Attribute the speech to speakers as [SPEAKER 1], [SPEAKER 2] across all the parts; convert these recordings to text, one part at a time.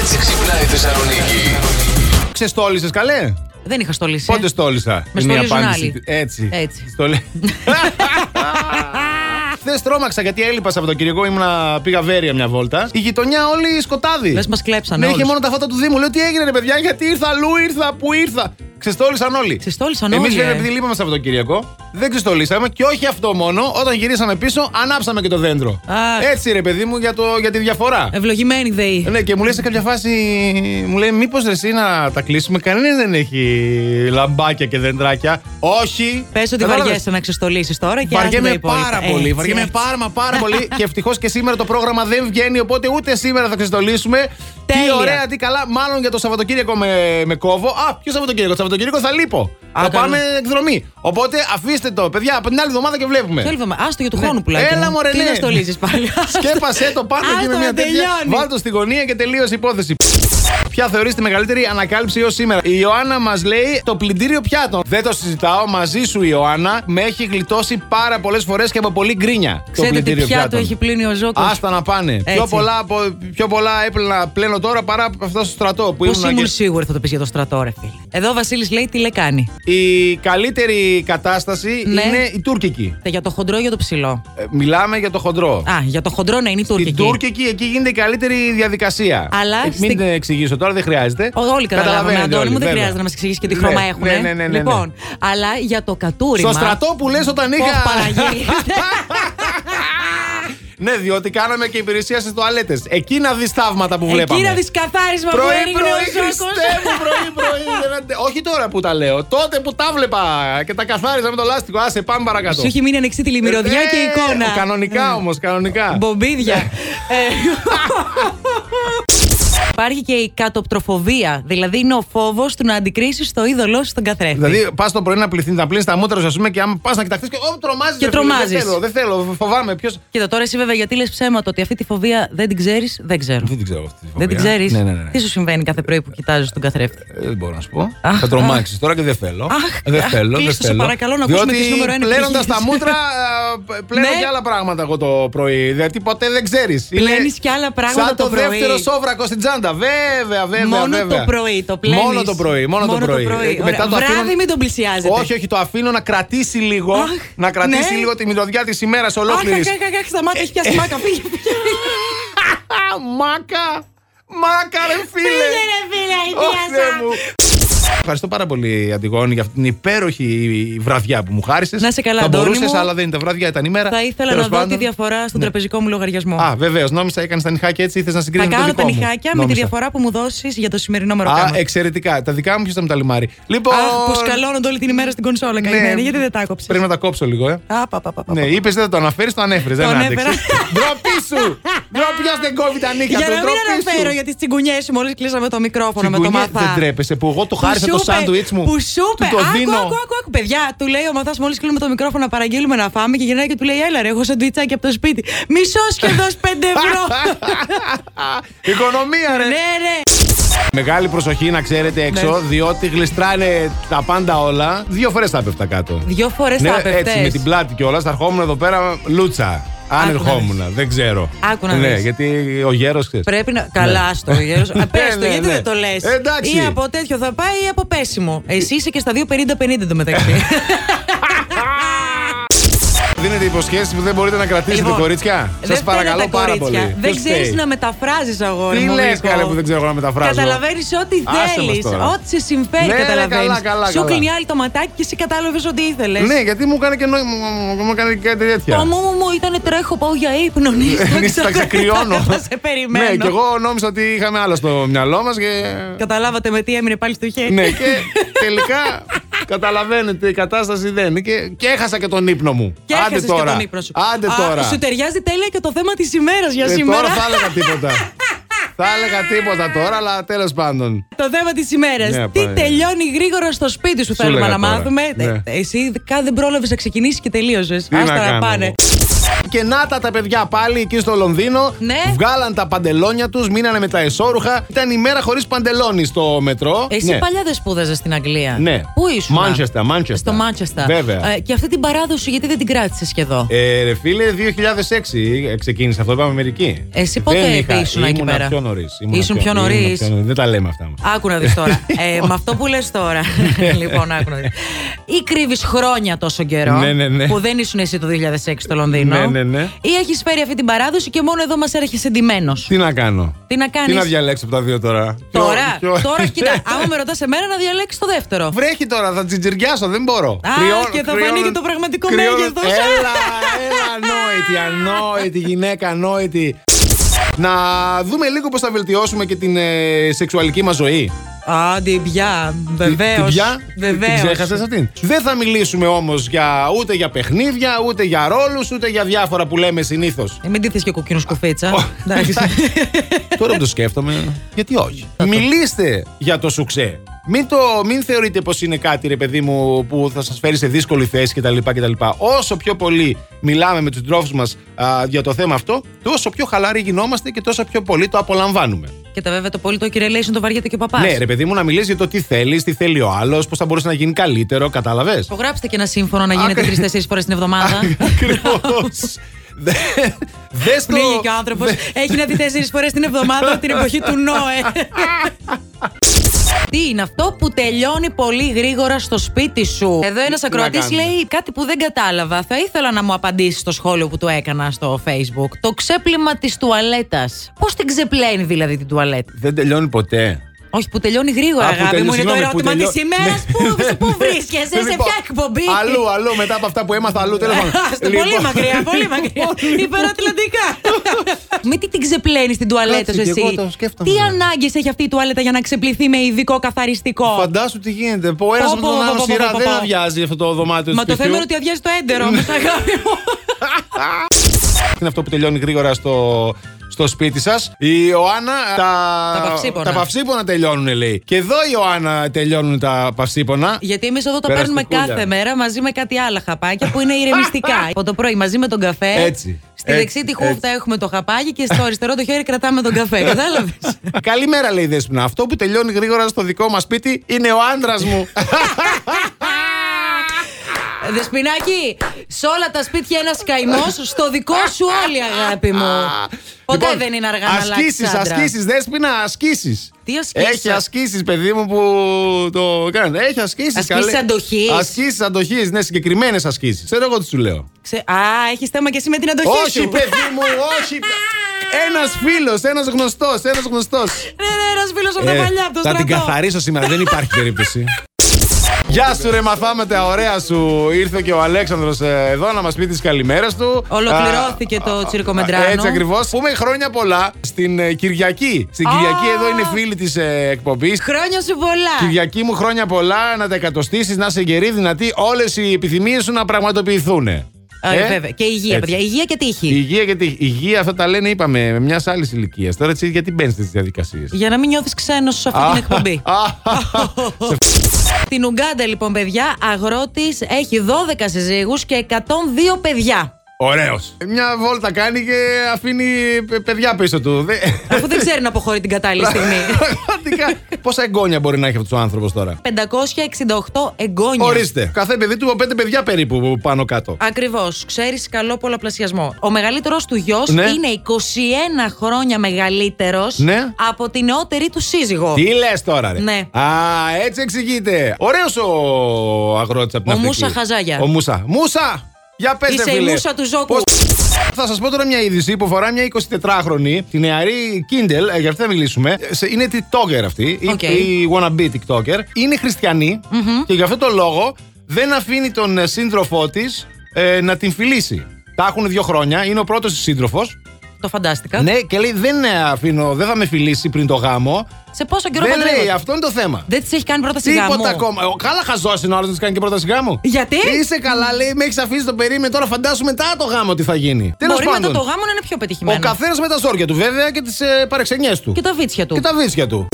[SPEAKER 1] έτσι ξυπνάει η Θεσσαλονίκη.
[SPEAKER 2] Ξεστόλισες, καλέ.
[SPEAKER 3] Δεν είχα στολίσει. ε.
[SPEAKER 2] Πότε στόλισα.
[SPEAKER 3] Με
[SPEAKER 2] Είναι η
[SPEAKER 3] στολίζουν
[SPEAKER 2] απάντηση.
[SPEAKER 3] άλλοι.
[SPEAKER 2] Έτσι.
[SPEAKER 3] Έτσι.
[SPEAKER 2] Στολί- Χθες τρόμαξα γιατί έλειπα Σαββατοκύριακο. Ήμουνα, πήγα βέρεια μια βόλτα. Η γειτονιά όλη σκοτάδι.
[SPEAKER 3] Λες μας κλέψανε
[SPEAKER 2] Ναι, είχε
[SPEAKER 3] όλους.
[SPEAKER 2] μόνο τα φώτα του Δήμου. Λέω τι έγινε, ρε παιδιά, γιατί ήρθα αλλού, ήρθα, που ήρθα. Ξεστόλισαν όλοι.
[SPEAKER 3] Ξεστόλισαν
[SPEAKER 2] Εμείς,
[SPEAKER 3] όλοι,
[SPEAKER 2] βέβαια,
[SPEAKER 3] ε.
[SPEAKER 2] επειδή λείπαμε Σαββατοκύριακο, δεν ξεστολίσαμε και όχι αυτό μόνο. Όταν γυρίσαμε πίσω, ανάψαμε και το δέντρο.
[SPEAKER 3] Αχ.
[SPEAKER 2] Έτσι, ρε παιδί μου, για, το, για τη διαφορά.
[SPEAKER 3] Ευλογημένη ΔΕΗ.
[SPEAKER 2] Ναι, και μου λέει σε κάποια φάση, μου λέει, μήπως ρε εσύ να τα κλείσουμε. Κανένας δεν έχει λαμπάκια και δεντράκια. Όχι.
[SPEAKER 3] Πες ότι
[SPEAKER 2] Κατάλαβες.
[SPEAKER 3] βαριέσαι να ξεστολίσεις τώρα και άσε τα
[SPEAKER 2] Βαριέμαι
[SPEAKER 3] υπόλοιπα.
[SPEAKER 2] πάρα
[SPEAKER 3] Έτσι,
[SPEAKER 2] πολύ. Βαριέμαι
[SPEAKER 3] έτσι.
[SPEAKER 2] πάρα μα πάρα πολύ. Και ευτυχώς και σήμερα το πρόγραμμα δεν βγαίνει, οπότε ούτε σήμερα θα ξεστολίσουμε. Τι
[SPEAKER 3] Τέλεια.
[SPEAKER 2] ωραία, τι καλά. Μάλλον για το Σαββατοκύριακο με, με κόβω. Α, ποιο Σαββατοκύριακο. Το Σαββατοκύριακο θα λείπω.
[SPEAKER 3] Α,
[SPEAKER 2] θα
[SPEAKER 3] καλό.
[SPEAKER 2] πάμε εκδρομή. Οπότε αφήστε το, παιδιά, από την άλλη εβδομάδα και βλέπουμε.
[SPEAKER 3] Θέλω να άστο για του χρόνου πουλάκι.
[SPEAKER 2] Έλα,
[SPEAKER 3] μου.
[SPEAKER 2] μωρέ,
[SPEAKER 3] Τι
[SPEAKER 2] ναι.
[SPEAKER 3] να στολίζεις πάλι. Άστο.
[SPEAKER 2] Σκέπασε το πάνω και
[SPEAKER 3] Άστο
[SPEAKER 2] με
[SPEAKER 3] να
[SPEAKER 2] μια τέτοια.
[SPEAKER 3] τελειώνει.
[SPEAKER 2] Βάλτο στη γωνία και τελείωσε η υπόθεση. Ποια θεωρείς τη μεγαλύτερη ανακάλυψη έως σήμερα. Η Ιωάννα μας λέει το πλυντήριο πιάτων. Δεν το συζητάω μαζί σου, Ιωάννα. Με έχει γλιτώσει πάρα πολλές φορές και από πολύ γκρίνια. το
[SPEAKER 3] Ξέρετε τι
[SPEAKER 2] πλυντήριο
[SPEAKER 3] πιάτο
[SPEAKER 2] πιάτων.
[SPEAKER 3] έχει πλύνει ο Ζώκος.
[SPEAKER 2] Άστα να πάνε. Πιο
[SPEAKER 3] Έτσι.
[SPEAKER 2] πολλά, από, πιο πολλά έπλαινα πλένω τώρα παρά από αυτά στο στρατό που
[SPEAKER 3] Πώς
[SPEAKER 2] ήμουν
[SPEAKER 3] ήμουν
[SPEAKER 2] και-
[SPEAKER 3] σίγουρη θα το πεις για το στρατό, ρε φίλε. Εδώ ο Βασίλης λέει τι λεκάνη.
[SPEAKER 2] Η καλύτερη κατάσταση
[SPEAKER 3] Ναι.
[SPEAKER 2] είναι η τουρκική.
[SPEAKER 3] Για το χοντρό ή για το ψηλό.
[SPEAKER 2] Ε, μιλάμε για το χοντρό.
[SPEAKER 3] Α, για το χοντρό να είναι η τουρκική.
[SPEAKER 2] Στην τουρκική εκεί γίνεται η καλύτερη διαδικασία.
[SPEAKER 3] Αλλά
[SPEAKER 2] Ε, Μην
[SPEAKER 3] στην-
[SPEAKER 2] την εξηγήσω τώρα, δεν χρειάζεται.
[SPEAKER 3] Ο- Όλοι καταλάβαμε,
[SPEAKER 2] Καταλαβαίνετε
[SPEAKER 3] Αντώνη μου,
[SPEAKER 2] ναι, όλοι,
[SPEAKER 3] δεν
[SPEAKER 2] βέβαια.
[SPEAKER 3] χρειάζεται να μας εξηγήσει και τι
[SPEAKER 2] Ναι,
[SPEAKER 3] χρώμα έχουν.
[SPEAKER 2] Ναι, ναι, ναι, ναι, ναι.
[SPEAKER 3] Λοιπόν, αλλά για το κατούριμα.
[SPEAKER 2] Στο στρατό που λες όταν
[SPEAKER 3] Πω,
[SPEAKER 2] είχα.
[SPEAKER 3] Παναγία.
[SPEAKER 2] ναι, διότι κάναμε και υπηρεσία στις τουαλέτες. Εκεί να δει θαύματα που βλέπαμε.
[SPEAKER 3] Εκεί να δεις καθάρισμα που
[SPEAKER 2] Πρωί,
[SPEAKER 3] έγινε
[SPEAKER 2] πρωί,
[SPEAKER 3] ο Ζώκος.
[SPEAKER 2] Χριστέ μου, πρωί, πρωί. δεν αντε- Όχι τώρα που τα λέω. Τότε που τα βλέπα και τα καθάριζα με το λάστιχο. Άσε, πάμε παρακάτω.
[SPEAKER 3] Σου έχει μείνει ανεξίτηλη η μυρωδιά και η
[SPEAKER 2] Ε,
[SPEAKER 3] εικόνα. Ναι.
[SPEAKER 2] Κανονικά Ναι. όμως, κανονικά.
[SPEAKER 3] Μπομπίδια. Ε, Υπάρχει και η κατοπτροφοβία. Δηλαδή είναι ο φόβος του να αντικρίσεις το είδωλό σου στον καθρέφτη.
[SPEAKER 2] Δηλαδή, πας το πρωί να πληθεί, να πλύνεις τα μούτρα σου, ας πούμε, και άμα πας να κοιταχτείς και. Ω, τρομάζεις.
[SPEAKER 3] Και
[SPEAKER 2] Δεν
[SPEAKER 3] τρομάζεις.
[SPEAKER 2] θέλω, δεν θέλω, φοβάμαι. Ποιος.
[SPEAKER 3] Κοίτα, τώρα εσύ βέβαια γιατί λες ψέματα ότι αυτή τη φοβία δεν την ξέρεις, δεν ξέρω.
[SPEAKER 2] την ξέρω αυτή τη φοβία.
[SPEAKER 3] Δεν την ξέρεις.
[SPEAKER 2] Ναι, ναι, ναι.
[SPEAKER 3] Τι σου συμβαίνει κάθε πρωί που κοιτάζεις τον καθρέφτη.
[SPEAKER 2] Ε, δεν μπορώ να σου πω.
[SPEAKER 3] Αχ,
[SPEAKER 2] θα τρομάξεις τώρα και δεν θέλω. Ε,
[SPEAKER 3] Αχ,
[SPEAKER 2] δεν
[SPEAKER 3] αχ,
[SPEAKER 2] θέλω. δεν
[SPEAKER 3] κλείστος, σε
[SPEAKER 2] θέλω.
[SPEAKER 3] παρακαλώ, να ακούσουμε τις νούμερο ένα
[SPEAKER 2] Πλένοντα
[SPEAKER 3] επιτυχίες.
[SPEAKER 2] τα μούτρα, α, πλένω
[SPEAKER 3] Ναι.
[SPEAKER 2] και άλλα πράγματα εγώ το πρωί. Γιατί ποτέ δεν ξέρεις.
[SPEAKER 3] Πλένεις και άλλα πράγματα
[SPEAKER 2] Σαν
[SPEAKER 3] το
[SPEAKER 2] το,
[SPEAKER 3] πρωί.
[SPEAKER 2] δεύτερο σόβρακο στην τσάντα. Βέβαια, βέβαια.
[SPEAKER 3] Μόνο
[SPEAKER 2] βέβαια.
[SPEAKER 3] το πρωί το πλένεις.
[SPEAKER 2] Μόνο το πρωί. Μόνο, το πρωί. Ε,
[SPEAKER 3] Ωραία. Βράδυ μην τον πλησιάζετε.
[SPEAKER 2] Όχι, όχι, το αφήνω να κρατήσει λίγο.
[SPEAKER 3] Αχ,
[SPEAKER 2] να κρατήσει
[SPEAKER 3] ναι.
[SPEAKER 2] λίγο τη μυρωδιά της ημέρας ολόκληρης.
[SPEAKER 3] Αχ, αχ, αχ, αχ, σταμάτα, έχει πιάσει μάκα. Φύγε, φύγε.
[SPEAKER 2] Μάκα! Μάκα, ρε φίλε!
[SPEAKER 3] Φύγε, ναι, ρε φίλε, η
[SPEAKER 2] Ω,
[SPEAKER 3] θεία
[SPEAKER 2] Θεέ
[SPEAKER 3] σας.
[SPEAKER 2] μου. Ευχαριστώ πάρα πολύ, Αντιγόνη, για αυτή την υπέροχη βραδιά που μου χάρισες.
[SPEAKER 3] Να είσαι καλά,
[SPEAKER 2] Θα
[SPEAKER 3] Αντώνη
[SPEAKER 2] μπορούσες,
[SPEAKER 3] μου.
[SPEAKER 2] αλλά δεν ήταν βραδιά, ήταν ημέρα.
[SPEAKER 3] Θα ήθελα
[SPEAKER 2] Τέλος
[SPEAKER 3] να δω
[SPEAKER 2] πάντων. Ναι.
[SPEAKER 3] τη διαφορά στον τραπεζικό μου λογαριασμό.
[SPEAKER 2] Α, βεβαίως, νόμισα έκανες τα νυχάκια έτσι, ήθελες να
[SPEAKER 3] Θα
[SPEAKER 2] συγκρίνεις το
[SPEAKER 3] κάνω
[SPEAKER 2] δικό
[SPEAKER 3] τα
[SPEAKER 2] μου.
[SPEAKER 3] νυχάκια με τη
[SPEAKER 2] Νόμισα.
[SPEAKER 3] διαφορά που μου δώσεις για το σημερινό
[SPEAKER 2] Α,
[SPEAKER 3] μεροκάμα.
[SPEAKER 2] εξαιρετικά. Τα δικά μου ποιος θα με τα λιμάρει. Λοιπόν.
[SPEAKER 3] Αχ, που σκαλώνονται όλη την ημέρα στην κονσόλα.
[SPEAKER 2] ναι,
[SPEAKER 3] Καλημέρα, γιατί δεν τα άκοψε.
[SPEAKER 2] Πρέπει να τα κόψω λίγο, ε.
[SPEAKER 3] Α, πα, πα, πα, πα.
[SPEAKER 2] Ναι, είπες δεν το αναφέρεις, το ανέφερες.
[SPEAKER 3] Το
[SPEAKER 2] Δεν
[SPEAKER 3] ανέφερα.
[SPEAKER 2] άντεξε. Ντροπή σου! Ντροπή, ποιος δεν κόβει τα νύχια
[SPEAKER 3] Για
[SPEAKER 2] του.
[SPEAKER 3] να μην
[SPEAKER 2] ντροπή σου.
[SPEAKER 3] αναφέρω για τις τσιγκουνιές σου, μόλις κλείσαμε το μικρόφωνο με το
[SPEAKER 2] Τσιγκουνιέ,
[SPEAKER 3] μαθά.
[SPEAKER 2] Δεν τρέπεσαι που εγώ το
[SPEAKER 3] Που
[SPEAKER 2] χάρισα
[SPEAKER 3] σου
[SPEAKER 2] το
[SPEAKER 3] είπε-
[SPEAKER 2] σάντουιτ μου.
[SPEAKER 3] Που σου
[SPEAKER 2] του
[SPEAKER 3] είπε,
[SPEAKER 2] το
[SPEAKER 3] άκου,
[SPEAKER 2] δίνω.
[SPEAKER 3] άκου, άκου, άκου, παιδιά. Του λέει ο μαθάς, μόλις κλείνουμε το μικρόφωνο να παραγγείλουμε να φάμε και γυρνάει και του λέει, Έλα, ρε, έχω σαντουιτσάκι από το σπίτι. Μισός σχεδόν 5 ευρώ.
[SPEAKER 2] Οικονομία,
[SPEAKER 3] Ναι,
[SPEAKER 2] ρε.
[SPEAKER 3] ναι.
[SPEAKER 2] Μεγάλη προσοχή να ξέρετε έξω, διότι γλιστράνε τα πάντα όλα. Δύο φορές θα έπεφτα κάτω.
[SPEAKER 3] Δύο φορές
[SPEAKER 2] ναι,
[SPEAKER 3] θα
[SPEAKER 2] έτσι, με
[SPEAKER 3] απευθέ.
[SPEAKER 2] την πλάτη κιόλας, θα ερχόμουν εδώ πέρα λούτσα. Αν
[SPEAKER 3] Άκου να
[SPEAKER 2] ερχόμουν, δεν ξέρω.
[SPEAKER 3] Άκου να
[SPEAKER 2] Ναι,
[SPEAKER 3] δεις.
[SPEAKER 2] γιατί ο γέρος ξέρεις.
[SPEAKER 3] Πρέπει να. Καλά, στο γέρος.
[SPEAKER 2] Ναι,
[SPEAKER 3] Πες το,
[SPEAKER 2] ναι,
[SPEAKER 3] γιατί
[SPEAKER 2] ναι.
[SPEAKER 3] δεν το λες.
[SPEAKER 2] Εντάξει.
[SPEAKER 3] Ή από τέτοιο θα πάει ή από πέσιμο. Εσύ είσαι και στα 2,50-50 εντωμεταξύ.
[SPEAKER 2] Δίνετε υποσχέσεις που δεν μπορείτε να κρατήσετε,
[SPEAKER 3] Λοιπόν,
[SPEAKER 2] κορίτσια.
[SPEAKER 3] δεν
[SPEAKER 2] Σας
[SPEAKER 3] φταίνε τα
[SPEAKER 2] παρακαλώ πάρα
[SPEAKER 3] κορίτσια.
[SPEAKER 2] πολύ.
[SPEAKER 3] Δεν
[SPEAKER 2] Ποιος
[SPEAKER 3] ξέρεις
[SPEAKER 2] φταίει?
[SPEAKER 3] να λοιπόν. μεταφράζεις αγόρι.
[SPEAKER 2] Τι
[SPEAKER 3] μου,
[SPEAKER 2] λες,
[SPEAKER 3] γλυκό.
[SPEAKER 2] καλέ που δεν ξέρω εγώ να μεταφράζω.
[SPEAKER 3] Καταλαβαίνεις ό,τι
[SPEAKER 2] Άσε μας
[SPEAKER 3] θέλεις.
[SPEAKER 2] τώρα.
[SPEAKER 3] Ό,τι σε συμφέρει,
[SPEAKER 2] Ναι, ρε,
[SPEAKER 3] καταλαβαίνεις.
[SPEAKER 2] καλά, καλά,
[SPEAKER 3] Σου
[SPEAKER 2] καλά.
[SPEAKER 3] κλείνει άλλη το ματάκι και εσύ κατάλαβες ότι ήθελες.
[SPEAKER 2] Ναι, γιατί μου έκανε και νόημα. Μου έκανε και κάτι τέτοια.
[SPEAKER 3] Το μου μου ήταν τρέχω, πάω για ύπνο. νύχτα,
[SPEAKER 2] Νύχτα,
[SPEAKER 3] ξέρω,
[SPEAKER 2] Ναι, ξεκριώνω.
[SPEAKER 3] Θα σε περιμένω.
[SPEAKER 2] Ναι, και εγώ νόμιζα ότι είχαμε άλλα στο μυαλό μας και.
[SPEAKER 3] Καταλάβατε με τι έμεινε πάλι στο χέρι.
[SPEAKER 2] ναι, και τελικά καταλαβαίνετε, η κατάσταση δεν είναι. Και, και έχασα και τον ύπνο μου.
[SPEAKER 3] Και
[SPEAKER 2] Άντε
[SPEAKER 3] έχασες
[SPEAKER 2] τώρα.
[SPEAKER 3] και τον ύπνο σου.
[SPEAKER 2] Άντε
[SPEAKER 3] Α,
[SPEAKER 2] τώρα.
[SPEAKER 3] σου ταιριάζει τέλεια και το θέμα της ημέρας για
[SPEAKER 2] Ε,
[SPEAKER 3] σήμερα.
[SPEAKER 2] Τώρα θα έλεγα τίποτα. θα έλεγα τίποτα τώρα, αλλά τέλος πάντων.
[SPEAKER 3] Το θέμα της ημέρας.
[SPEAKER 2] Ναι,
[SPEAKER 3] Τι
[SPEAKER 2] πάει.
[SPEAKER 3] τελειώνει γρήγορα στο σπίτι σου,
[SPEAKER 2] Σου
[SPEAKER 3] θέλουμε να
[SPEAKER 2] λέγα τώρα.
[SPEAKER 3] μάθουμε.
[SPEAKER 2] Ναι.
[SPEAKER 3] Ε, Εσύ ειδικά δεν πρόλαβες να ξεκινήσεις και τελείωσες.
[SPEAKER 2] να
[SPEAKER 3] Άστα να
[SPEAKER 2] κάνω
[SPEAKER 3] πάνε.
[SPEAKER 2] και να τα τα παιδιά πάλι εκεί στο Λονδίνο.
[SPEAKER 3] Ναι.
[SPEAKER 2] Βγάλαν τα παντελόνια τους, μείνανε με τα εσόρουχα. Ήταν η μέρα χωρίς παντελόνι στο μετρό.
[SPEAKER 3] Εσύ
[SPEAKER 2] Ναι.
[SPEAKER 3] παλιά δεν σπούδαζες στην Αγγλία.
[SPEAKER 2] Ναι.
[SPEAKER 3] Πού ήσουν?
[SPEAKER 2] Manchester, Manchester.
[SPEAKER 3] Στο Μάντσεστα.
[SPEAKER 2] Βέβαια.
[SPEAKER 3] και αυτή την παράδοση, γιατί δεν την κράτησες και εδώ.
[SPEAKER 2] Ε, ρε φίλε, 2006 ε, ξεκίνησε αυτό, είπαμε μερικοί.
[SPEAKER 3] Εσύ πότε
[SPEAKER 2] Δεν
[SPEAKER 3] ήσουν εκεί
[SPEAKER 2] ήμουνα
[SPEAKER 3] πέρα?
[SPEAKER 2] Πιο νωρίς, ήμουνα
[SPEAKER 3] Ήσουν πιο
[SPEAKER 2] ήμουνα
[SPEAKER 3] νωρίς.
[SPEAKER 2] πιο νωρίς. Δεν τα λέμε αυτά. όμως.
[SPEAKER 3] Άκου να δεις τώρα. ε, με αυτό που λες τώρα.
[SPEAKER 2] Ναι.
[SPEAKER 3] λοιπόν, άκου να δεις. Ή κρύβεις χρόνια τόσο καιρό.
[SPEAKER 2] Ναι, ναι, ναι.
[SPEAKER 3] Που δεν ήσουν εσύ το 2006 στο Λονδίνο.
[SPEAKER 2] Ναι, ναι, ναι.
[SPEAKER 3] Ή έχεις φέρει αυτή την παράδοση και μόνο εδώ μας έρχεσαι εντυμένο.
[SPEAKER 2] Τι να κάνω.
[SPEAKER 3] Τι να κάνεις?
[SPEAKER 2] Τι να διαλέξω από τα δύο τώρα.
[SPEAKER 3] Τώρα,
[SPEAKER 2] Ποιο- ποιο-
[SPEAKER 3] τώρα κοίτα, άμα με ρωτάς εμένα να διαλέξει το δεύτερο.
[SPEAKER 2] Βρέχει τώρα, θα τσιτζιριάσω, δεν μπορώ.
[SPEAKER 3] Α, και θα φανεί και το πραγματικό
[SPEAKER 2] κρυώνω-
[SPEAKER 3] μέγεθος.
[SPEAKER 2] Έλα, έλα, ανόητη, ανόητη γυναίκα, ανόητη. Να δούμε λίγο πώς θα βελτιώσουμε και την ε, σεξουαλική μας ζωή.
[SPEAKER 3] Άντε, η πια. Βεβαίως.
[SPEAKER 2] Την πια,
[SPEAKER 3] Βεβαίως.
[SPEAKER 2] την ξέχασες αυτήν. Δεν θα μιλήσουμε όμως για, ούτε για παιχνίδια, ούτε για ρόλους, ούτε για διάφορα που λέμε συνήθως.
[SPEAKER 3] Ε, Μην τη θες και κοκκίνο σκουφίτσα. Εντάξει.
[SPEAKER 2] Τώρα που το σκέφτομαι, γιατί όχι. Μιλήστε για το σουξέ. Μην, το, μην θεωρείτε πως είναι κάτι, ρε παιδί μου, που θα σας φέρει σε δύσκολη θέση κτλ. κτλ. Όσο πιο πολύ μιλάμε με τους τρόφους μας α, για το θέμα αυτό, τόσο πιο χαλάροι γινόμαστε και τόσο πιο πολύ το απολαμβάνουμε.
[SPEAKER 3] και τα βέβαια το πολύ το relation το βαριέται και ο παπάς.
[SPEAKER 2] Ναι, ρε παιδί μου, να μιλήσεις για το τι θέλεις, τι θέλει ο άλλος, πώς θα μπορούσε να γίνει καλύτερο, κατάλαβες.
[SPEAKER 3] Υπογράψτε και ένα σύμφωνο να γίνεται
[SPEAKER 2] Άκρη.
[SPEAKER 3] τρει-τέσσερι φορές την εβδομάδα.
[SPEAKER 2] Ακριβώς. Δες το... Ναι.
[SPEAKER 3] Πνίγει και ο άνθρωπος. Έχει να δει τέσσερις φορές την εβδομάδα την εποχή του Νόε. Τι είναι αυτό που τελειώνει πολύ γρήγορα στο σπίτι σου. Εδώ ένας
[SPEAKER 2] να
[SPEAKER 3] ακροατής
[SPEAKER 2] κάνουμε.
[SPEAKER 3] λέει κάτι που δεν κατάλαβα. Θα ήθελα να μου απαντήσει στο σχόλιο που του έκανα στο Facebook. Το ξέπλυμα της τουαλέτας. Πώς την ξεπλένει δηλαδή την τουαλέτα.
[SPEAKER 2] Δεν τελειώνει ποτέ.
[SPEAKER 3] Όχι, που τελειώνει γρήγορα,
[SPEAKER 2] Α, που
[SPEAKER 3] αγάπη μου.
[SPEAKER 2] τελειώνει,
[SPEAKER 3] Είναι το
[SPEAKER 2] συγγνώμη, που
[SPEAKER 3] ερώτημα τη
[SPEAKER 2] τελειώνει.
[SPEAKER 3] ημέρας.
[SPEAKER 2] Ναι.
[SPEAKER 3] Πού βρίσκεσαι, σε
[SPEAKER 2] Λοιπόν,
[SPEAKER 3] ποια εκπομπή.
[SPEAKER 2] Αλλού, αλλού, μετά από αυτά που έμαθα αλλού. τέλος πάντων.
[SPEAKER 3] Άστε,
[SPEAKER 2] Λοιπόν,
[SPEAKER 3] πολύ μακριά, πολύ μακριά. Υπερατλαντικά. Μη τι την ξεπλένεις την τουαλέτα σου
[SPEAKER 2] Κάτσε
[SPEAKER 3] εσύ.
[SPEAKER 2] κι εγώ το σκέφτομαι.
[SPEAKER 3] Τι ανάγκες έχει αυτή η τουαλέτα για να ξεπληθεί με ειδικό καθαριστικό.
[SPEAKER 2] Φαντάσου τι γίνεται. Πω ένας
[SPEAKER 3] Πω,
[SPEAKER 2] με
[SPEAKER 3] πω,
[SPEAKER 2] τον
[SPEAKER 3] πω,
[SPEAKER 2] άλλο
[SPEAKER 3] πω,
[SPEAKER 2] σειρά
[SPEAKER 3] πω,
[SPEAKER 2] δεν
[SPEAKER 3] πω.
[SPEAKER 2] αδειάζει αυτό το δωμάτιο
[SPEAKER 3] Μα
[SPEAKER 2] του
[SPEAKER 3] το θέμα
[SPEAKER 2] σπιτιού.
[SPEAKER 3] είναι ότι αδειάζει το έντερο
[SPEAKER 2] Ναι.
[SPEAKER 3] με τα αγάπη μου.
[SPEAKER 2] Είναι αυτό που τελειώνει γρήγορα στο, στο σπίτι σας. Η Ιωάννα. Τα,
[SPEAKER 3] Τα παυσίπονα.
[SPEAKER 2] τα παυσίπονα τελειώνουν, λέει. Και εδώ η Ιωάννα τελειώνουν τα παυσίπονα.
[SPEAKER 3] Γιατί εμείς εδώ τα
[SPEAKER 2] Πέρασε
[SPEAKER 3] παίρνουμε
[SPEAKER 2] κούλια.
[SPEAKER 3] κάθε μέρα μαζί με κάτι άλλα χαπάκια που είναι ηρεμιστικά. Από το πρωί μαζί με τον καφέ.
[SPEAKER 2] Έτσι,
[SPEAKER 3] Στη
[SPEAKER 2] έτσι,
[SPEAKER 3] δεξί τη χούφτα έχουμε το χαπάκι και στο αριστερό το χέρι κρατάμε τον καφέ. Κατάλαβες.
[SPEAKER 2] Καλημέρα, λέει η Δέσποινα. Αυτό που τελειώνει γρήγορα στο δικό μας σπίτι είναι ο άντρας μου.
[SPEAKER 3] Δεσπινάκι, σε όλα τα σπίτια ένας καημός, στο δικό σου όλοι, αγάπη μου. Ποτέ
[SPEAKER 2] Λοιπόν,
[SPEAKER 3] δεν είναι αργά να αλλάξεις.
[SPEAKER 2] Ασκήσεις, ασκήσεις, Δέσποινα, ασκήσεις.
[SPEAKER 3] Τι ασκήσεις?
[SPEAKER 2] Έχει ασκήσεις, παιδί μου, που το κάνει. Έχει ασκήσεις.
[SPEAKER 3] Ασκήσεις αντοχής.
[SPEAKER 2] Ασκήσεις αντοχής, ναι, συγκεκριμένες ασκήσεις. Ξέρω εγώ τι σου λέω.
[SPEAKER 3] Α, έχεις θέμα και εσύ με την αντοχή
[SPEAKER 2] όχι,
[SPEAKER 3] σου.
[SPEAKER 2] παιδί μου, όχι. Ένας φίλος, ένας γνωστός, ένας γνωστός.
[SPEAKER 3] Ναι, ναι, ένας φίλος από τα παλιά, από το
[SPEAKER 2] Ε, θα την
[SPEAKER 3] στρατό.
[SPEAKER 2] καθαρίσω σήμερα, δεν υπάρχει περίπτωση. Γεια σου ρε μαθάμε τα ωραία σου Ήρθε και ο Αλέξανδρος ε, εδώ να μας πει τις καλημέρες του
[SPEAKER 3] Ολοκληρώθηκε
[SPEAKER 2] Α,
[SPEAKER 3] το
[SPEAKER 2] α,
[SPEAKER 3] τσίρκο
[SPEAKER 2] α,
[SPEAKER 3] Μεντράνο.
[SPEAKER 2] Έτσι ακριβώς Πούμε χρόνια πολλά στην ε, Κυριακή Στην
[SPEAKER 3] Α.
[SPEAKER 2] Κυριακή εδώ είναι φίλη της ε, εκπομπής
[SPEAKER 3] Χρόνια σου πολλά.
[SPEAKER 2] Κυριακή μου χρόνια πολλά να τα εκατοστήσεις Να είσαι γερή δυνατή όλες οι επιθυμίες σου να πραγματοποιηθούν
[SPEAKER 3] Α,
[SPEAKER 2] ε,
[SPEAKER 3] βέβαια. Και υγεία, παιδιά. Υγεία και τύχη.
[SPEAKER 2] Υγεία και τύχη. Υγεία, αυτά τα λένε, είπαμε, μιας άλλης ηλικίας. Τώρα έτσι, γιατί μπαίνεις στις διαδικασίες.
[SPEAKER 3] Για να μην νιώθεις ξένος σε αυτή την εκπομπή. Στην Ουγγάντα, λοιπόν, παιδιά, αγρότης έχει 12 συζύγους και 102 παιδιά.
[SPEAKER 2] Ωραίος. Μια βόλτα κάνει και αφήνει παι- παιδιά πίσω του. Δε-
[SPEAKER 3] Αφού δεν ξέρει να αποχωρεί την κατάλληλη στιγμή.
[SPEAKER 2] Πραγματικά. Πόσα εγγόνια μπορεί να έχει αυτός ο άνθρωπος τώρα.
[SPEAKER 3] 568 εγγόνια.
[SPEAKER 2] Ορίστε. Κάθε παιδί του από πέντε παιδιά περίπου πάνω κάτω.
[SPEAKER 3] Ακριβώς. Ξέρεις καλό πολλαπλασιασμό. Ο μεγαλύτερος του γιος
[SPEAKER 2] Ναι.
[SPEAKER 3] είναι 21 χρόνια μεγαλύτερος
[SPEAKER 2] Ναι.
[SPEAKER 3] από την νεότερη του σύζυγο.
[SPEAKER 2] Τι λες τώρα, ρε.
[SPEAKER 3] Ναι.
[SPEAKER 2] Α, έτσι εξηγείται. Ωραίος ο αγρότης από την
[SPEAKER 3] Ο
[SPEAKER 2] Αφρική.
[SPEAKER 3] Μούσα Χαζάγια.
[SPEAKER 2] Ο Μούσα. Μούσα! Για πες
[SPEAKER 3] Είσαι
[SPEAKER 2] ρε,
[SPEAKER 3] η
[SPEAKER 2] φίλε.
[SPEAKER 3] μούσα του Ζόκου.
[SPEAKER 2] Πώς- Θα σας πω τώρα μια είδηση που αφορά μια 24χρονη, τη νεαρή Kindle, ε, για αυτή θα μιλήσουμε. Ε, σε- Είναι TikToker αυτή, η-
[SPEAKER 3] Οκ.
[SPEAKER 2] η wannabe TikToker. Είναι χριστιανή και γι' αυτό το λόγο δεν αφήνει τον ε, σύντροφό της να την φιλήσει. Τα έχουν δύο χρόνια, είναι ο πρώτος σύντροφος.
[SPEAKER 3] Το φαντάστηκα.
[SPEAKER 2] Ναι, και λέει: Δεν ε, αφήνω, δεν θα με φιλήσει πριν το γάμο.
[SPEAKER 3] Σε πόσο καιρό
[SPEAKER 2] Δεν λέει,
[SPEAKER 3] παντρεύονται.
[SPEAKER 2] αυτό είναι το θέμα.
[SPEAKER 3] Δεν της έχει κάνει πρόταση
[SPEAKER 2] Τίποτα
[SPEAKER 3] γάμου.
[SPEAKER 2] ακόμα. Ο, καλά, χαζό είναι ο άλλος να της κάνει και πρόταση γάμου.
[SPEAKER 3] Γιατί?
[SPEAKER 2] Είσαι καλά, λέει, με έχεις αφήσει το περίμενο. Τώρα φαντάσου μετά το γάμο τι θα γίνει. Τέλο
[SPEAKER 3] Μπορεί
[SPEAKER 2] πάντων.
[SPEAKER 3] μετά το γάμο να είναι πιο πετυχημένο.
[SPEAKER 2] ο καθένας με τα ζόρια του βέβαια και τις ε, παρεξενιές του.
[SPEAKER 3] Και τα βίτσια του.
[SPEAKER 2] Και τα βίτσια του.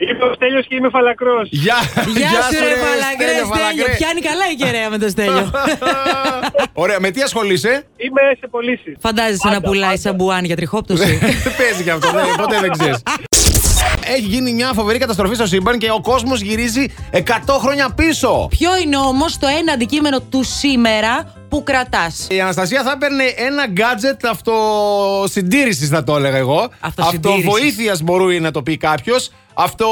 [SPEAKER 4] Είμαι ο Στέλιος και είμαι φαλακρός.
[SPEAKER 2] Γεια,
[SPEAKER 3] Γεια σου, ρε Παλαγκρέ,
[SPEAKER 2] Στέλιο
[SPEAKER 3] Στέλιο.
[SPEAKER 2] Φαλακρέ.
[SPEAKER 3] Πιάνει καλά η κεραία με το Στέλιο.
[SPEAKER 2] Ωραία, με τι ασχολείσαι.
[SPEAKER 4] Είμαι σε πωλήσεις.
[SPEAKER 3] Φαντάζεσαι να πουλάει σαμπουάν για τριχόπτωση.
[SPEAKER 2] Παίζει και αυτό, δεν- ποτέ δεν ξέρεις. Έχει γίνει μια φοβερή καταστροφή στο σύμπαν και ο κόσμος γυρίζει 100 χρόνια πίσω.
[SPEAKER 3] Ποιο είναι όμως το ένα αντικείμενο του σήμερα που κρατάς.
[SPEAKER 2] Η Αναστασία θα έπαιρνε ένα gadget αυτοσυντήρησης, θα το έλεγα εγώ.
[SPEAKER 3] Αυτοσυντήρησης.
[SPEAKER 2] Αυτοβοήθειας μπορεί να το πει κάποιος. Αυτό.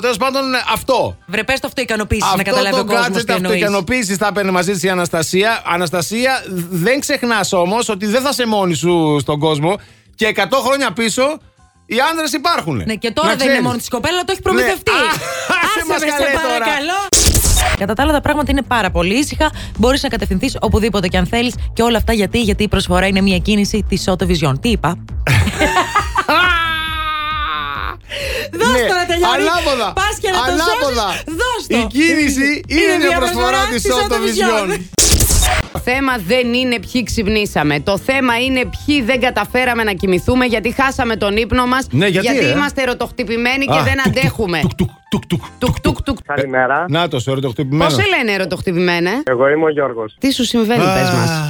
[SPEAKER 2] Τέλος πάντων, αυτό.
[SPEAKER 3] Βρε, πες το αυτό ικανοποίηση να
[SPEAKER 2] Αυτό
[SPEAKER 3] καταλάβει
[SPEAKER 2] το
[SPEAKER 3] ο κόσμος
[SPEAKER 2] gadget
[SPEAKER 3] τι εννοείς.
[SPEAKER 2] αυτοικανοποίηση θα έπαιρνε μαζί της η Αναστασία. Αναστασία, δ- δεν ξεχνάς όμως ότι δεν θα σε μόνη σου στον κόσμο και 100 χρόνια πίσω οι άντρε υπάρχουν.
[SPEAKER 3] Ναι, και τώρα
[SPEAKER 2] Να
[SPEAKER 3] δεν είναι
[SPEAKER 2] ξέρεις.
[SPEAKER 3] μόνο της κοπέλα, το έχει προμηθευτεί.
[SPEAKER 2] Ναι. Α, άσε
[SPEAKER 3] Άσε με,
[SPEAKER 2] μας καλέ
[SPEAKER 3] σε
[SPEAKER 2] τώρα.
[SPEAKER 3] παρακαλώ. Κατά τα άλλα, τα πράγματα είναι πάρα πολύ ήσυχα. Μπορείς να κατευθυνθείς οπουδήποτε και αν θέλεις. Και όλα αυτά γιατί, γιατί η προσφορά είναι μια κίνηση της Soto Vision. Τι είπα. Δώσ' το
[SPEAKER 2] Ναι,
[SPEAKER 3] να τελειώνει.
[SPEAKER 2] Ανάποδα.
[SPEAKER 3] Πας και να το
[SPEAKER 2] Ανάποδα.
[SPEAKER 3] σώσεις. Δώσ' το.
[SPEAKER 2] Η κίνηση είναι μια προσφορά της Auto Vision.
[SPEAKER 5] Το θέμα δεν είναι ποιοι ξυπνήσαμε. Το θέμα είναι ποιοι δεν καταφέραμε να κοιμηθούμε γιατί χάσαμε τον ύπνο μας.
[SPEAKER 2] Ναι, γιατί, ε?
[SPEAKER 5] είμαστε ερωτοχτυπημένοι και
[SPEAKER 2] Α,
[SPEAKER 5] δεν
[SPEAKER 2] τουκ, τουκ,
[SPEAKER 5] αντέχουμε.
[SPEAKER 2] τουκ, τουκ, τουκ, τουκ.
[SPEAKER 5] Τουκ, τουκ, τουκ.
[SPEAKER 4] Καλημέρα.
[SPEAKER 2] Να το σε
[SPEAKER 5] Πώ
[SPEAKER 2] ερωτοχτυπημένο.
[SPEAKER 5] σε λένε ερωτοχτυπημένα, ε?
[SPEAKER 4] Εγώ είμαι ο Γιώργος.
[SPEAKER 5] Τι σου συμβαίνει,
[SPEAKER 2] Α,
[SPEAKER 5] πες μας.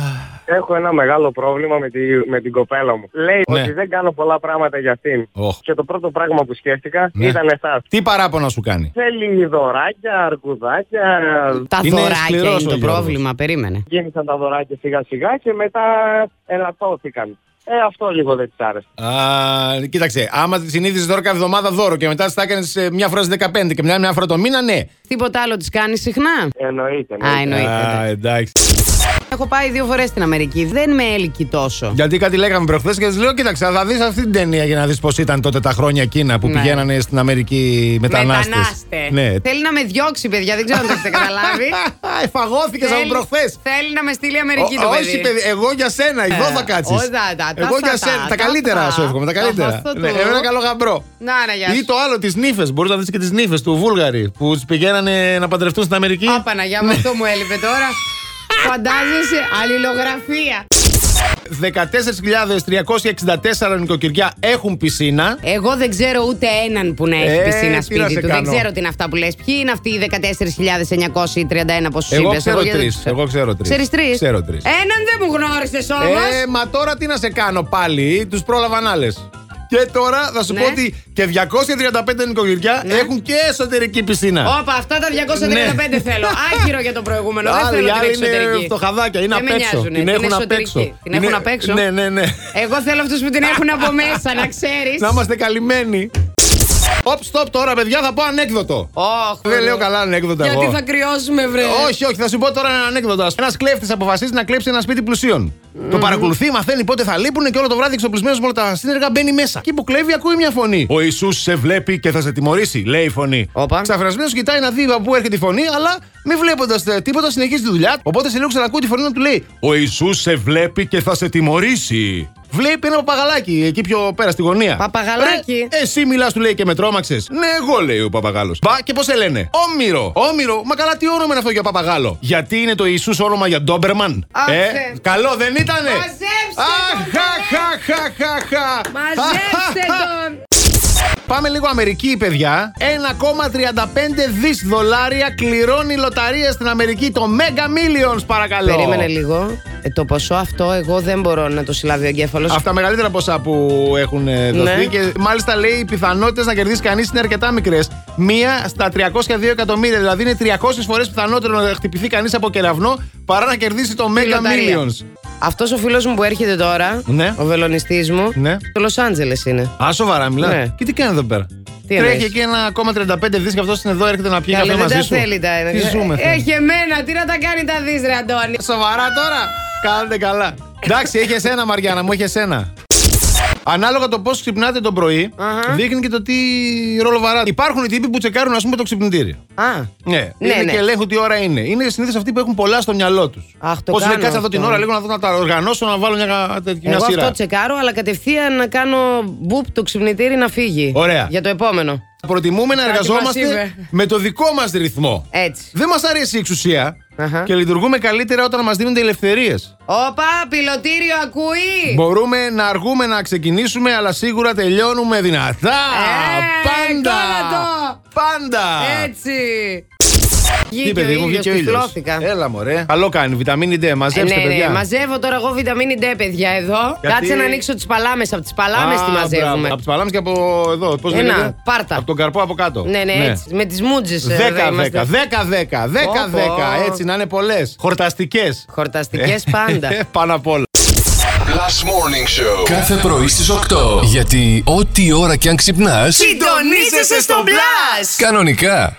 [SPEAKER 4] Έχω ένα μεγάλο πρόβλημα με, τη, με την κοπέλα μου. Λέει
[SPEAKER 2] Ναι.
[SPEAKER 4] ότι δεν κάνω πολλά πράγματα για αυτήν.
[SPEAKER 2] Οχ.
[SPEAKER 4] Και το πρώτο πράγμα που σκέφτηκα
[SPEAKER 2] Ναι.
[SPEAKER 4] ήταν εσάς.
[SPEAKER 2] Τι παράπονα σου κάνει.
[SPEAKER 4] Θέλει δωράκια, αρκουδάκια.
[SPEAKER 5] Τα
[SPEAKER 2] Είναι
[SPEAKER 5] δωράκια
[SPEAKER 2] σκληρός
[SPEAKER 5] είναι
[SPEAKER 2] ο
[SPEAKER 5] το
[SPEAKER 2] Γιώργος.
[SPEAKER 5] πρόβλημα. Περίμενε.
[SPEAKER 4] Γίνησαν τα δωράκια σιγά σιγά και μετά ελαττώθηκαν. Ε, αυτό λίγο δεν της άρεσε.
[SPEAKER 2] Α, κοίταξε, άμα τη συνήθιζε τώρα κάθε εβδομάδα δώρο και μετά τη τα έκανε μια φορά στις 15 και μια, μια φορά το μήνα, ναι.
[SPEAKER 5] Τίποτα άλλο της κάνεις συχνά.
[SPEAKER 4] Εννοείται.
[SPEAKER 2] Ε,
[SPEAKER 4] ναι.
[SPEAKER 5] Α, εννοείται.
[SPEAKER 2] Α, εντάξει.
[SPEAKER 5] Έχω πάει δύο φορές στην Αμερική. Δεν με έλκει τόσο.
[SPEAKER 2] Γιατί κάτι λέγαμε προχθές και τη λέω: Κοίταξε, θα δεις αυτή την ταινία για να δεις πώς ήταν τότε τα χρόνια εκείνα που
[SPEAKER 5] Ναι.
[SPEAKER 2] πηγαίνανε στην Αμερική μετανάστες.
[SPEAKER 5] Μετανάστε.
[SPEAKER 2] Ναι.
[SPEAKER 5] Θέλει να με διώξει, παιδιά. Δεν ξέρω αν το έχετε καταλάβει.
[SPEAKER 2] Εφαγώθηκες από
[SPEAKER 5] Θέλει-
[SPEAKER 2] προχθές.
[SPEAKER 5] Θέλει να με στείλει Αμερική το παιδί. Ε,
[SPEAKER 2] Όχι, παιδί, ε, εγώ για σένα, εδώ θα κάτσει.
[SPEAKER 5] όχι, τα- τα- τα-
[SPEAKER 2] Εγώ για
[SPEAKER 5] τα-
[SPEAKER 2] σένα. Τα
[SPEAKER 5] τα-
[SPEAKER 2] καλύτερα
[SPEAKER 5] τα-
[SPEAKER 2] σου εύχομαι, τα
[SPEAKER 5] τα-
[SPEAKER 2] καλύτερα.
[SPEAKER 5] τα- τα-
[SPEAKER 2] Ναι,
[SPEAKER 5] τα-
[SPEAKER 2] Ένα καλό γαμπρό.
[SPEAKER 5] Να, ναι, γεια
[SPEAKER 2] Ή
[SPEAKER 5] σου.
[SPEAKER 2] το άλλο, τις νύφες. Μπορείς να δεις και τις νύφες του Βούλγαρη που τις πηγαίνανε να παντρευτούν στην Αμερική. Ναι.
[SPEAKER 5] Α, Παναγιά μου, αυτό μου έλειπε τώρα. Φαντάζεσαι, αλληλογραφία.
[SPEAKER 2] 14.364 νοικοκυριά έχουν πισίνα.
[SPEAKER 5] Εγώ δεν ξέρω ούτε έναν που να έχει
[SPEAKER 2] Ε,
[SPEAKER 5] πισίνα
[SPEAKER 2] τι να
[SPEAKER 5] σπίτι
[SPEAKER 2] σε
[SPEAKER 5] του.
[SPEAKER 2] κάνω.
[SPEAKER 5] Δεν ξέρω τι είναι αυτά που λες. Ποιοι είναι αυτοί οι 14.931 πόσου
[SPEAKER 2] Εγώ
[SPEAKER 5] είπε.
[SPEAKER 2] ξέρω τρεις, εγώ ξέρω τρεις.
[SPEAKER 5] Ξέρεις τρεις.
[SPEAKER 2] Ξέρω τρεις.
[SPEAKER 5] Έναν δεν μου γνώρισες όμως.
[SPEAKER 2] Ε, μα τώρα τι να σε κάνω πάλι, τους πρόλαβαν άλλες. Και τώρα θα σου
[SPEAKER 5] Ναι.
[SPEAKER 2] πω ότι και 235 νοικοκυριά
[SPEAKER 5] Ναι.
[SPEAKER 2] έχουν και εσωτερική πισίνα.
[SPEAKER 5] Όπα, αυτά τα 235
[SPEAKER 2] Ναι.
[SPEAKER 5] θέλω. Άκυρο για το προηγούμενο. Δεν
[SPEAKER 2] Άλλοι-
[SPEAKER 5] θέλω
[SPEAKER 2] άλλοι
[SPEAKER 5] την
[SPEAKER 2] είναι
[SPEAKER 5] εξωτερική.
[SPEAKER 2] φτωχαδάκια, είναι
[SPEAKER 5] Δεν
[SPEAKER 2] απ'
[SPEAKER 5] με
[SPEAKER 2] έξω.
[SPEAKER 5] νοιάζουνε, την
[SPEAKER 2] έχουν απ'
[SPEAKER 5] εσωτερική.
[SPEAKER 2] έξω.
[SPEAKER 5] Την έχουν
[SPEAKER 2] Είναι-
[SPEAKER 5] απ' έξω.
[SPEAKER 2] Ναι, ναι, ναι.
[SPEAKER 5] Εγώ θέλω αυτούς που την έχουν από μέσα, να ξέρεις.
[SPEAKER 2] Να είμαστε καλυμμένοι. Οπ, στοπ τώρα, παιδιά, θα πω ανέκδοτο.
[SPEAKER 5] Όχι.
[SPEAKER 2] Δεν λέω καλά ανέκδοτα
[SPEAKER 5] Γιατί
[SPEAKER 2] εγώ.
[SPEAKER 5] θα κρυώσουμε, βρε.
[SPEAKER 2] Όχι, όχι, θα σου πω τώρα ένα ανέκδοτο. Ένας κλέφτης αποφασίζει να κλέψει ένα σπίτι πλουσίων. Το παρακολουθεί, μαθαίνει πότε θα λείπουν και όλο το βράδυ εξοπλισμένος με όλα τα σύνεργα μπαίνει μέσα. Και που κλέβει, ακούει μια φωνή. Ο Ισού σε βλέπει και θα σε τιμωρήσει, λέει η φωνή.
[SPEAKER 5] Όπα.
[SPEAKER 2] Ξαφρασμένος κοιτάει να δει από πού έρχεται η φωνή, αλλά μη βλέποντας τίποτα συνεχίζει τη δουλειά. του. Οπότε σε λίγο ξανακούει τη φωνή να του λέει Ο Ισού σε βλέπει και θα σε τιμωρήσει. Βλέπει ένα παπαγαλάκι εκεί πιο πέρα στη γωνία.
[SPEAKER 5] Παπαγαλάκι.
[SPEAKER 2] Ρε, εσύ μιλάς, του λέει και με τρόμαξες. Ναι, εγώ λέει ο παπαγάλος. Μπα και πώς σε λένε. Όμηρο. Όμηρο. Μα καλά, τι όνομα είναι αυτό για παπαγάλο. Γιατί είναι το Ιησούς όνομα για Ντόμπερμαν. Ε,
[SPEAKER 5] Άσε.
[SPEAKER 2] καλό δεν ήτανε.
[SPEAKER 5] Μαζέψτε τον,
[SPEAKER 2] Αχαχαχαχαχα.
[SPEAKER 5] Μαζέψτε τον.
[SPEAKER 2] Πάμε λίγο Αμερική, παιδιά. 1,35 δις δολάρια κληρώνει λοταρία στην Αμερική. Το Mega Millions, παρακαλώ.
[SPEAKER 5] Περίμενε λίγο. Ε, το ποσό αυτό εγώ δεν μπορώ να το συλλάβει ο εγκέφαλος.
[SPEAKER 2] Αυτά τα μεγαλύτερα ποσά που έχουν ε, δοθεί.
[SPEAKER 5] Ναι.
[SPEAKER 2] Και μάλιστα λέει οι πιθανότητες να κερδίσει κανείς είναι αρκετά μικρές. Μία στα 302 εκατομμύρια. Δηλαδή είναι 300 φορές πιθανότερο να χτυπηθεί κανείς από κεραυνό παρά να κερδίσει το Mega
[SPEAKER 5] λοταρία.
[SPEAKER 2] Millions.
[SPEAKER 5] Αυτός ο φίλος μου που έρχεται τώρα,
[SPEAKER 2] Ναι.
[SPEAKER 5] ο βελονιστής μου,
[SPEAKER 2] Ναι.
[SPEAKER 5] το Λος Άντζελες είναι.
[SPEAKER 2] Α, σοβαρά μιλά.
[SPEAKER 5] Ναι.
[SPEAKER 2] Και τι κάνει εδώ πέρα.
[SPEAKER 5] Τι
[SPEAKER 2] Τρέχει
[SPEAKER 5] εννοείς?
[SPEAKER 2] εκεί 1,35 δις και αυτός είναι εδώ, έρχεται να πιει
[SPEAKER 5] Καλέ,
[SPEAKER 2] καφέ
[SPEAKER 5] δεν
[SPEAKER 2] μαζί
[SPEAKER 5] τα
[SPEAKER 2] σου.
[SPEAKER 5] θέλει τα Ε,
[SPEAKER 2] Τι ζούμε, φίλε.
[SPEAKER 5] Έχει εμένα, τι να τα κάνει τα δει, ρε Αντώνη.
[SPEAKER 2] Σοβαρά τώρα. Κάντε καλά. Εντάξει, έχει εσένα, Μαριάννα μου, έχει εσένα. Ανάλογα το πώς ξυπνάτε το πρωι
[SPEAKER 5] Αχα.
[SPEAKER 2] δείχνει και το τι ρόλο βαράτε. Υπάρχουν οι τύποι που τσεκάρουν, ας πούμε, το ξυπνητήρι.
[SPEAKER 5] Α,
[SPEAKER 2] Ναι,
[SPEAKER 5] Ναι,
[SPEAKER 2] είναι
[SPEAKER 5] ναι.
[SPEAKER 2] και ελέγχουν τι ώρα είναι. Είναι συνήθως αυτοί που έχουν πολλά στο μυαλό τους.
[SPEAKER 5] Αχ, το
[SPEAKER 2] Πώ λέει,
[SPEAKER 5] κάνω
[SPEAKER 2] κάτσε εδώ την
[SPEAKER 5] αυτό.
[SPEAKER 2] ώρα, λίγο να δω να τα οργανώσω, να βάλω μια, τέτοια- μια
[SPEAKER 5] εγώ
[SPEAKER 2] σειρά.
[SPEAKER 5] αυτό τσεκάρω, αλλά κατευθείαν να κάνω μπουπ το ξυπνητήρι να φύγει.
[SPEAKER 2] Ωραία.
[SPEAKER 5] Για το επόμενο.
[SPEAKER 2] Προτιμούμε να
[SPEAKER 5] Κάτι μας
[SPEAKER 2] εργαζόμαστε
[SPEAKER 5] είπε.
[SPEAKER 2] με το δικό μας ρυθμό.
[SPEAKER 5] Έτσι.
[SPEAKER 2] Δεν μας αρέσει η εξουσία.
[SPEAKER 5] Αχα.
[SPEAKER 2] και λειτουργούμε καλύτερα όταν μας δίνονται ελευθερίες.
[SPEAKER 5] Όπα, πιλωτήριο ακούει.
[SPEAKER 2] Μπορούμε να αργούμε να ξεκινήσουμε, αλλά σίγουρα τελειώνουμε δυνατά.
[SPEAKER 5] Ε,
[SPEAKER 2] πάντα!
[SPEAKER 5] κόλλατο.
[SPEAKER 2] Πάντα!
[SPEAKER 5] Έτσι.
[SPEAKER 2] Τι
[SPEAKER 5] Βγήκε ο
[SPEAKER 2] παιδί μου,
[SPEAKER 5] ήλιος,
[SPEAKER 2] βγήκε ο Ε, ήλιος.
[SPEAKER 5] τυφλώθηκα.
[SPEAKER 2] Έλα, μωρέ. Καλό κάνει, βιταμίνη D.
[SPEAKER 5] Ε,
[SPEAKER 2] Μαζέψτε,
[SPEAKER 5] ναι, ναι,
[SPEAKER 2] παιδιά.
[SPEAKER 5] μαζεύω τώρα εγώ βιταμίνη D, παιδιά, εδώ.
[SPEAKER 2] Γιατί-
[SPEAKER 5] Κάτσε να ανοίξω τις παλάμες. Από τις παλάμες τη μαζεύουμε.
[SPEAKER 2] Από τις παλάμες και από εδώ. Πώς
[SPEAKER 5] Ένα,
[SPEAKER 2] λέγεται.
[SPEAKER 5] πάρτα.
[SPEAKER 2] Από τον καρπό από κάτω.
[SPEAKER 5] Ναι, ναι, έτσι. Με ε, τι μουτζε.
[SPEAKER 2] 10-10, 10-10, 10-10.
[SPEAKER 5] Πω, πω.
[SPEAKER 2] Έτσι να είναι πολλές. Χορταστικές.
[SPEAKER 5] Χορταστικές πάντα.
[SPEAKER 2] Πάνω απ' όλα.
[SPEAKER 1] Last Morning Show.
[SPEAKER 6] Κάθε πρωί στις 8. Γιατί ό,τι ώρα κι αν ξυπνάς,
[SPEAKER 5] Συντονίζεσαι στο μπλα!
[SPEAKER 6] κανονικά.